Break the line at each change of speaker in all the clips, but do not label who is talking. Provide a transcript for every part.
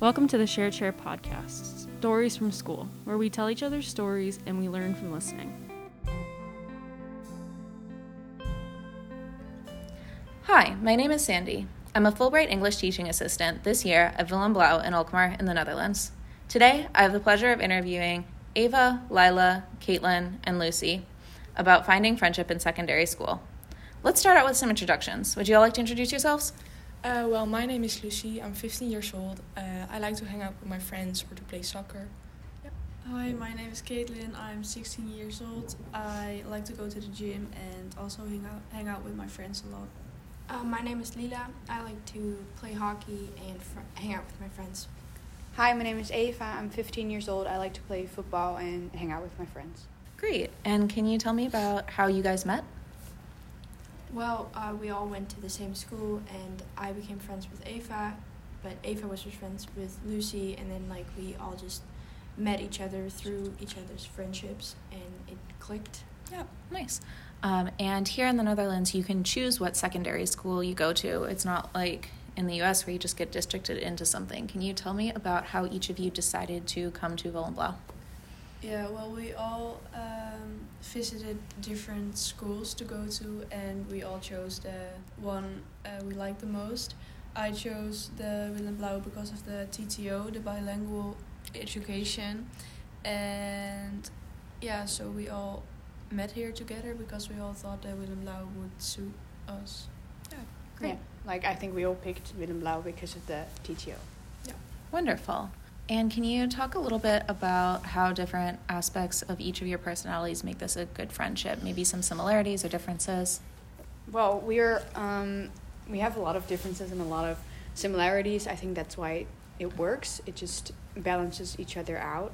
Welcome to the Share Chair podcast, Stories from School, where we tell each other stories and we learn from listening.
Hi, my name is Sandy. I'm a Fulbright English teaching assistant this year at Willem Blauw in Alkmaar in the Netherlands. Today, I have the pleasure of interviewing Ava, Lila, Caitlin, and Lucy about finding friendship in secondary school. Let's start out with some introductions. Would you all like to introduce yourselves?
Uh, well, my name is Lucy. I'm 15 years old. Uh, I like to hang out with my friends or to play soccer.
Hi, my name is Caitlin. I'm 16 years old. I like to go to the gym and also hang out, hang out with my friends a lot.
Uh, my name is Lila. I like to play hockey and fr- hang out with my friends.
Hi, my name is Ava. I'm 15 years old. I like to play football and hang out with my friends.
Great. And can you tell me about how you guys met?
Well, uh, we all went to the same school, and I became friends with Afa, but Afa was just friends with Lucy, and then like we all just met each other through each other's friendships, and it clicked.
Yeah, nice. Um, and here in the Netherlands, you can choose what secondary school you go to. It's not like in the US where you just get districted into something. Can you tell me about how each of you decided to come to Vollenblau?
Yeah, well, we all um, visited different schools to go to, and we all chose the one uh, we liked the most. I chose the Willem Blauw because of the TTO, the bilingual education, and yeah, so we all met here together because we all thought that Willem Blauw would suit us.
Great.
Yeah, like I think we all picked Willem Blau because of the TTO.
Wonderful. And can you talk a little bit about how different aspects of each of your personalities make this a good friendship? Maybe some similarities or differences?
Well, we're um, we have a lot of differences and a lot of similarities. I think that's why it works. It just balances each other out.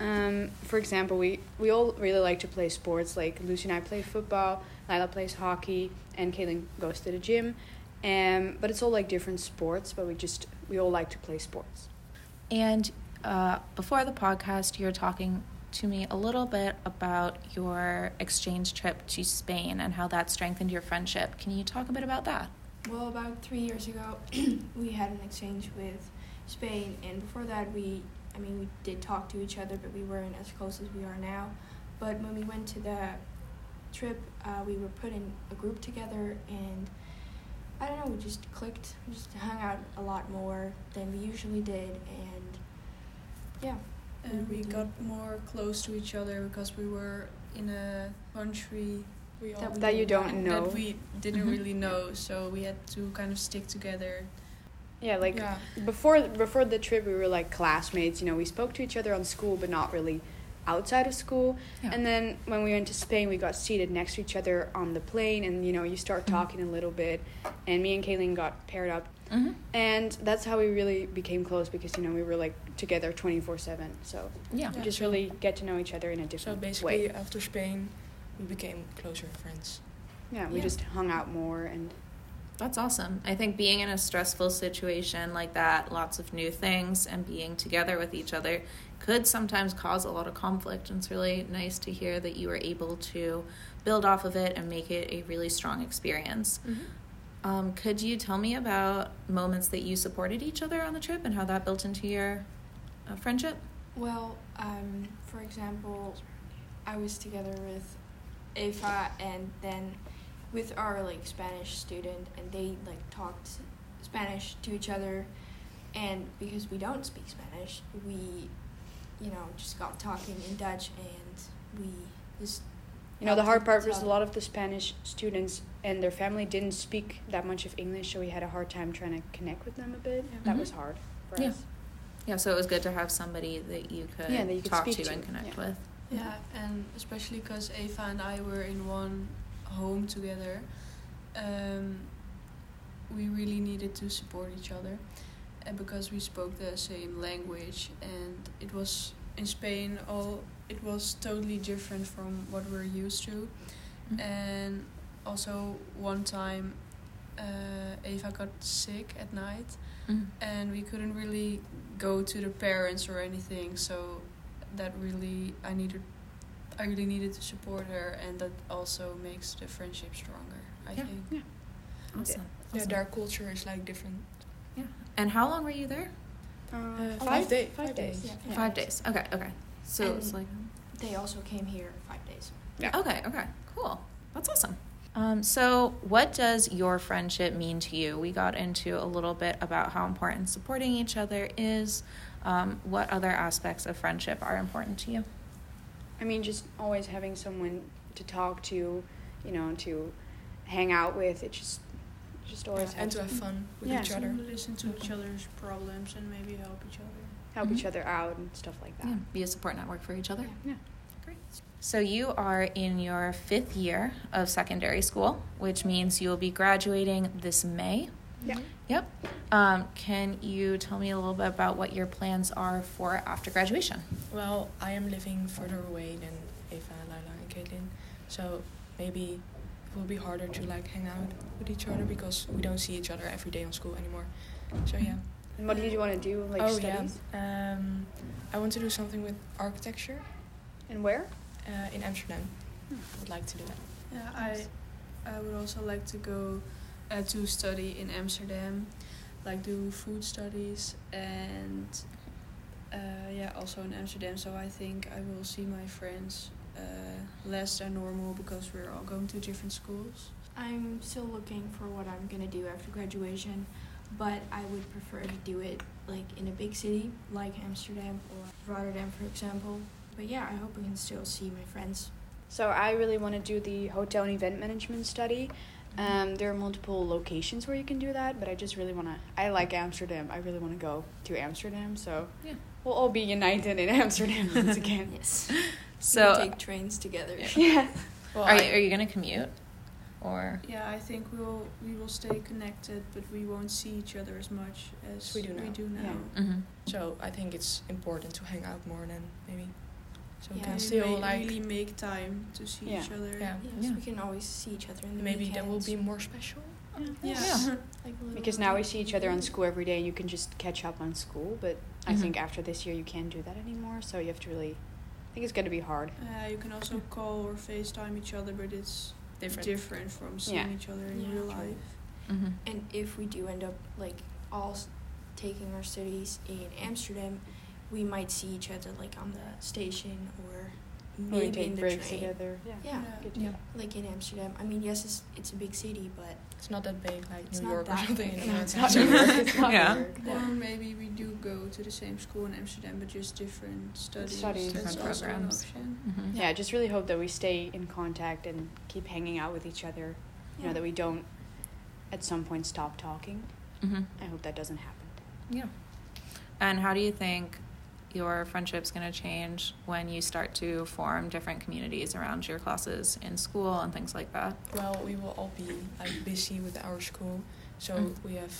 Um, for example, we we all really like to play sports. Like Lucy and I play football, Lila plays hockey, and Kaylin goes to the gym. Um, but it's all like different sports. But we just we all like to play sports.
And uh, before the podcast, you were talking to me a little bit about your exchange trip to Spain and how that strengthened your friendship. Can you talk a bit about that?
Well, about three years ago, we had an exchange with Spain, and before that, we, I mean, we did talk to each other, but we weren't as close as we are now. But when we went to the trip, uh, we were put in a group together, and I don't know, we just clicked, we just hung out a lot more than we usually did, and yeah.
And we
Mhm.
got more close to each other because we were in a country
We all
That
That you don't know. Mm-hmm.
that we didn't
Mhm.
really know, so we had to kind of stick together.
yeah, like
yeah.
before before the trip we were like classmates you know we spoke to each other on school but not really outside of school
Yeah.
and then when we went to spain we got seated next to each other on the plane and you know you start talking a little bit and me and kaylin got paired up
Mm-hmm.
and that's how we really became close because you know we were like together 24-7 so
Yeah.
we
Yeah,
just
so-
really get to know each other in a
So
different
basically,
way
after Spain, we became closer friends.
yeah we
yeah.
just hung out more and
That's awesome. I think being in a stressful situation like that, lots of new things, and being together with each other could sometimes cause a lot of conflict. And it's really nice to hear that you were able to build off of it and make it a really strong experience.
Mm-hmm.
Um, could you tell me about moments that you supported each other on the trip and how that built into your uh, friendship?
Well, um, for example, I was together with Afa and then with our like Spanish student, and they like talked Spanish to each other, and because we don't speak Spanish, we, you know, just got talking in Dutch, and we just
you know the hard part was a
So-
lot of the spanish students and their family didn't speak that much of english so we had a hard time trying to connect with them a bit that
Mm-hmm.
Mhm.
was hard for
Yeah.
us
Yeah, so it was good to have somebody that you could
Yeah, that you could
talk
speak
to,
to.
and connect
Yeah.
with.
Mm-hmm.
Yeah, and especially because Eva and I were in one home together, um, we really needed to support each other, and because we spoke the same language, and it was in Spain all it was totally different from what we're used to,
Mhm.
and also one time, uh, Eva got sick at night,
Mm-hmm.
Mhm.
and we couldn't really go to the parents or anything so that really i needed i really needed to support her and that also makes the friendship stronger i
Yeah.
think
Awesome.
Yeah,
awesome.
their culture is like different.
And how long were you there?
Um,
Uh,
Oh,
five
five-
days.
five days.
Yeah.
Yeah.
Five days. Okay, okay. So it's
And-
like
They also came here five days.
Okay, okay, cool. That's awesome. Um, so, what does your friendship mean to you? We got into a little bit about how important supporting each other is. Um, what other aspects of friendship are important to you?
I mean, just always having someone to talk to, you know, to hang out with. It just, just always
and to have
helps
fun with
Yeah.
each other.
Listen to each other's problems and maybe help each other.
help
Mm-hmm.
Mhm.
each other out and stuff like that.
Yeah, be a support network for each other.
Yeah.
Great. So, you are in your fifth year of secondary school, which means you'll be graduating this May.
Yeah.
Yep. Um, can you tell me a little bit about what your plans are for after graduation?
Well, I am living further away than Eva, Lila, and Caitlin, so maybe it will be harder to like hang out with each other because we don't see each other every day on school anymore. So yeah.
And what did you want to do? Like
oh
studies?
yeah. Um, I want to do something with architecture
And where?
uh, in Amsterdam.
Hmm.
Would like to do that.
Yeah, I I would also like to go uh, to study in Amsterdam, like do food studies and uh, yeah, also in Amsterdam. So I think I will see my friends uh, less than normal because we're all going to different schools.
I'm still looking for what I'm gonna do after graduation, but I would prefer to do it like in a big city like Amsterdam or Rotterdam, for example. But yeah, I hope I can still see my friends.
So I really want to do the hotel and event management study. Um, there are multiple locations where you can do that, but I just really want to. I like Amsterdam. I really want to go to Amsterdam. So
Yeah.
we'll all be united in Amsterdam once again.
Yes.
So,
we take trains together.
yeah.
Well,
are,
I-
you, are you going to commute? Or
Yeah, I think we'll we will stay connected, but we won't see each other as much as
We do now.
now.
Yeah.
Mm-hmm.
Mhm.
So I think it's important to hang out more than maybe. So we
Yeah.
can
And
We
still
may
like
really make time to see
Yeah.
each other.
yeah.
Yes,
Yeah.
we can always see each other in the
Maybe that will
weekends,
be more special.
Yeah.
like a little
Because now we
weekend
see each other on
evening.
school every day, and you can just catch up on school. But I
Mm-hmm.
Mhm.
think after this year, you can't do that anymore. So you have to really. I think it's going to be hard.
Uh, you can also call or FaceTime each other, but it's different, from seeing
Yeah.
each other in
Yeah.
real
True.
life.
Mhm.
And if we do end up like all s- taking our cities in Amsterdam, we might see each other like on the station or
When we
maybe in
take
the
breaks
train.
together.
Yeah,
Good
Yeah.
yeah.
like in Amsterdam. I mean, yes, it's it's a big city, but
It's not that big like
It's
New
not
York or
that
something.
big.
in
No,
It's not
America.
New York. It's not
Yeah.
New York.
Or maybe we do go to the same school in Amsterdam, but just different studies.
Studies.
That's
Different
also an
programs.
option.
Mhm.
Mm-hmm.
Yeah, I just really hope that we stay in contact and keep hanging out with each other. You know, that we don't at some point stop talking.
Mhm.
I hope that doesn't happen.
Yeah. And how do you think your friendship's going to change when you start to form different communities around your classes in school and things like that?
Well, we will all be like busy with our school, so
Mm.
we have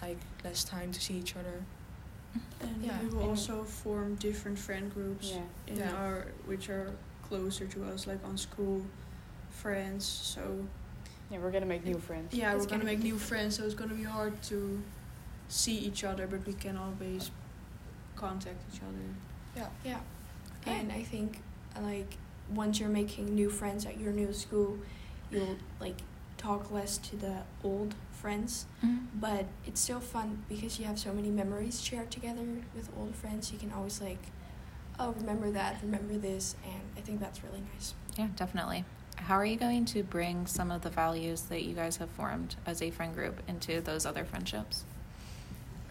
like less time to see each other.
And
Yeah,
we will
and-
also form different friend groups
Yeah.
in
Yeah.
our which are closer to us, like on school friends. So
Yeah, we're gonna make new friends.
yeah,
It's
we're gonna
gonna
make
be
new friends. So it's gonna be hard to see each other, but we can always contact each other.
yeah. And I think like once you're making new friends at your new school, you'll like talk less to the old friends
Mm-hmm.
but it's still fun because you have so many memories shared together with old friends. You can always like, oh, remember that, remember this, and I think that's really nice.
Yeah, definitely. How are you going to bring some of the values that you guys have formed as a friend group into those other friendships?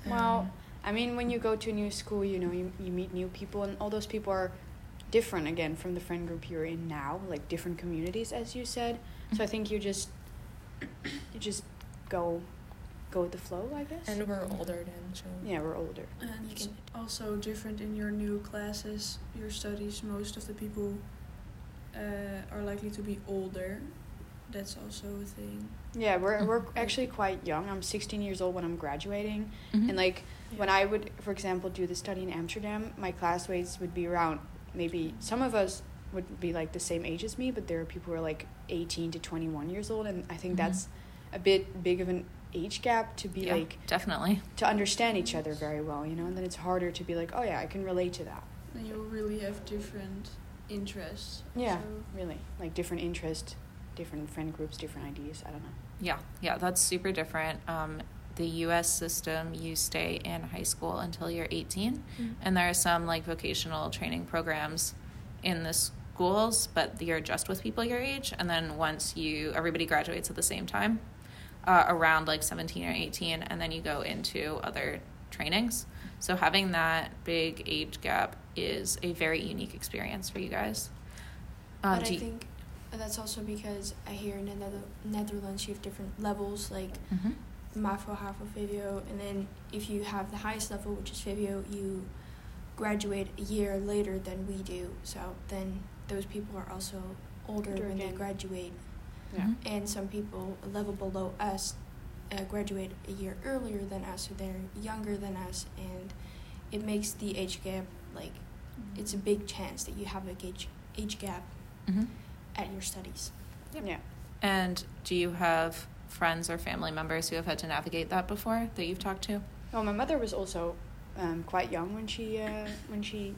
Well, I mean, when you go to a new school, you know, you, you meet new people, and all those people are different again from the friend group you're in now, like different communities, as you said. So I think you just you just go go with the flow, I guess.
and we're older then, so
yeah, we're older.
And
You
it's
can-
also different in your new classes, your studies. Most of the people uh, are likely to be older. That's also a thing.
Yeah, we're we're
Mhm.
actually quite young. I'm 16 years old when I'm graduating,
Mm-hmm.
and like
Yeah.
when I would, for example, do the study in Amsterdam, my classmates would be around maybe some of us would be like the same age as me, but there are people who are like 18 to 21 years old, and I think
Mhm.
that's a bit big of an age gap to be
yeah,
like
definitely.
to understand each other very well, you know. And then it's harder to be like, oh yeah, I can relate to that.
And you really have different interests.
Yeah.
So
Really, like different interests, different friend groups, different ideas. I don't know.
Yeah, yeah, that's super different. Um, the US system, you stay in high school until you're 18.
Mm-hmm.
Mhm.
And there are some like vocational training programs in the schools, but you're just with people your age. And then once you, everybody graduates at the same time, uh, around like 17 or 18, and then you go into other trainings. So having that big age gap is a very unique experience for you guys. Um,
but
do
I
you-
think that's also because I hear in the Nether- Netherlands you have different levels, like
Mhm.
MAFO, HAFO, VIVIO, and then if you have the highest level, which is VIVIO, you graduate a year later than we do. So then those people are also older
Older
when
again.
they graduate,
Yeah.
Mhm.
and some people a level below us uh, graduate a year earlier than us, so they're younger than us, and it makes the age gap like it's a big chance that you have a age age gap
Mhm.
at your studies.
Yep.
Yeah.
And do you have friends or family members who have had to navigate that before that you've talked to?
Well, my mother was also um, quite young when she uh, when she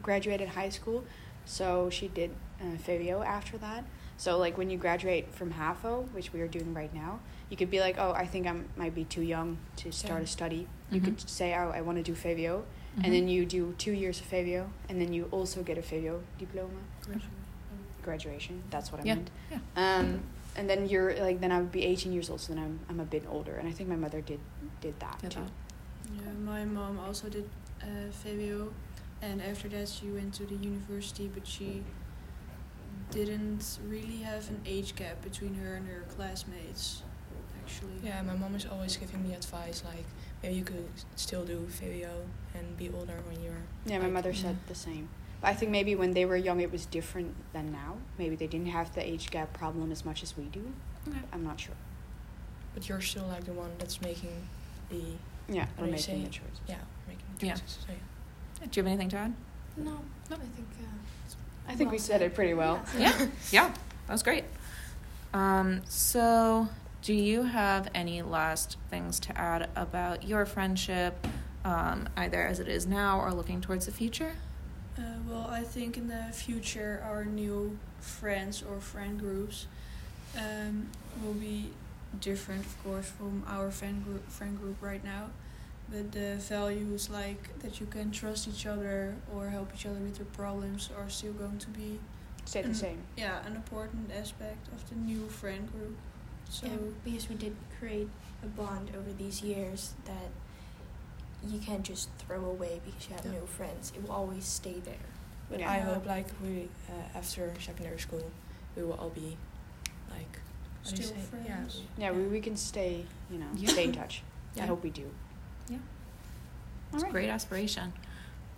graduated high school, so she did uh, Fabio after that. So like when you graduate from HAFO, which we are doing right now, you could be like, oh, I think I might be too young to start
Yeah.
a study. You
Mhm.
could say, oh, I want to do Fabio,
Mhm.
and then you do two years of Fabio, and then you also get a Fabio diploma graduation. That's what I
Yeah.
meant.
Yeah.
Um, and then you're like, then I would be 18 years old, so then I'm, I'm a bit older, and I think my mother did did that
Did
too.
that.
Yeah, my mom also did uh, VWO, and after that she went to the university, but she didn't really have an age gap between her and her classmates, actually.
Yeah, my mom is always giving me advice like maybe you could still do video and be older when you're.
Yeah, my
like-
mother said the same. But I think maybe when they were young, it was different than now. Maybe they didn't have the age gap problem as much as we do.
Okay.
I'm not sure.
But you're still like the one that's making the
Yeah,
What
we're
do you
making
say?
the choice.
yeah making the
Yeah.
choices. So, yeah.
Do you have anything to add?
No, no, I think. Uh,
I think
Well
we said
said.
it pretty well.
Yeah, yeah, that was great. Um, so, do you have any last things to add about your friendship, um, either as it is now or looking towards the future?
Uh, well, I think in the future our new friends or friend groups um, will be different, of course, from our friend group, friend group right now. But the values like that you can trust each other or help each other with your problems are still going to be
Say the
Mm.
same.
yeah an important aspect of the new friend group. So
Yeah, because we did create a bond over these years that you can't just throw away because you have
Yeah.
no friends. It will always stay there.
But
Yeah.
I
Yeah.
hope like we uh, after secondary school we will all be like what do you
Still
say?
friends.
Yeah, we, we can stay, you know,
Yeah.
stay in touch. I
Yeah.
hope we do.
Yeah.
All
It's
right.
a great aspiration.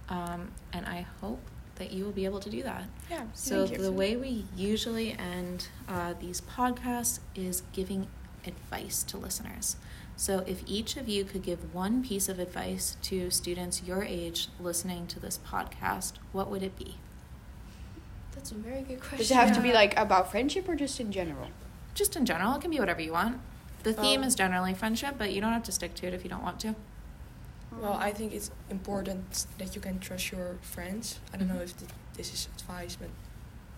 Um, and I hope that you will be able to do that.
Yeah.
So,
Thank you.
the way we usually end uh, these podcasts is giving advice to listeners. So, if each of you could give one piece of advice to students your age listening to this podcast, what would it be?
That's a very good question.
Does it have to be like about friendship or just in general?
Just in general, it can be whatever you want. The theme
Well-
is generally friendship, but you don't have to stick to it if you don't want to.
Well, I think it's important that you can trust your friends. I don't know if th- this is advice, but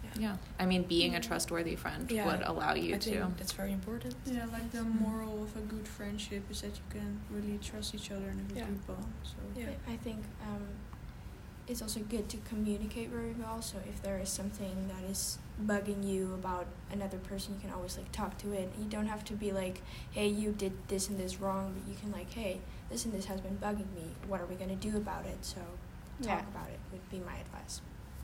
yeah,
Yeah. I mean, being a trustworthy friend
Yeah.
would allow you
I
to.
think that's very important.
Yeah, like the
Mm.
moral of a good friendship is that you can really trust each other and have a
Yeah.
good bond. So
Yeah.
I think um, it's also good to communicate very well. So if there is something that is bugging you about another person, you can always like talk to it. You don't have to be like, "Hey, you did this and this wrong," but you can like, "Hey, this and this has been bugging me. What are we gonna do about it?" So
Yeah.
talk about it would be my advice.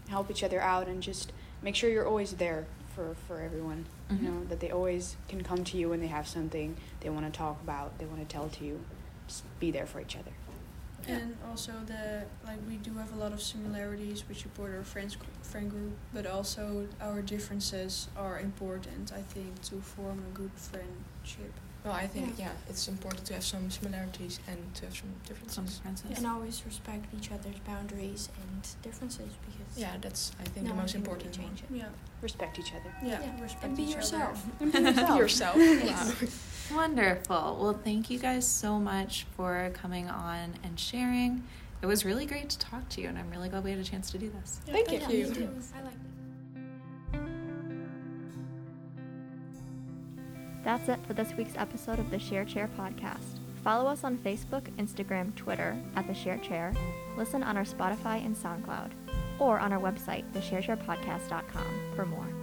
help each other out and just make sure you're always there for, for everyone.
Mhm.
You know, that they always can come to you when they have something they want to talk about, they want to tell to you. Just be there for each other.
And also the like we do have a lot of similarities which support our friends gr- friend group, but also our differences are important. I think to form a good friendship.
Well, I think
Yeah.
yeah. it's important to have some similarities and to have some differences.
Some differences.
And always respect each other's boundaries and differences because
Yeah, that's I think
no
the
one
most
can
important
really change
one.
it.
Yeah,
Respect each other.
yeah.
Yeah,
Respect
and be
each
yourself.
And be yourself.
Yourself.
Yes.
Wow.
Wonderful. Well, thank you guys so much for coming on and sharing. It was really great to talk to you, and I'm really glad we had a chance to do this.
Thank,
Yeah,
you.
me too. I like it.
That's it for this week's episode of the Share Chair podcast. Follow us on Facebook, Instagram, Twitter at The Share Chair. Listen on our Spotify and SoundCloud, or on our website, thesharechairpodcast.com, for more.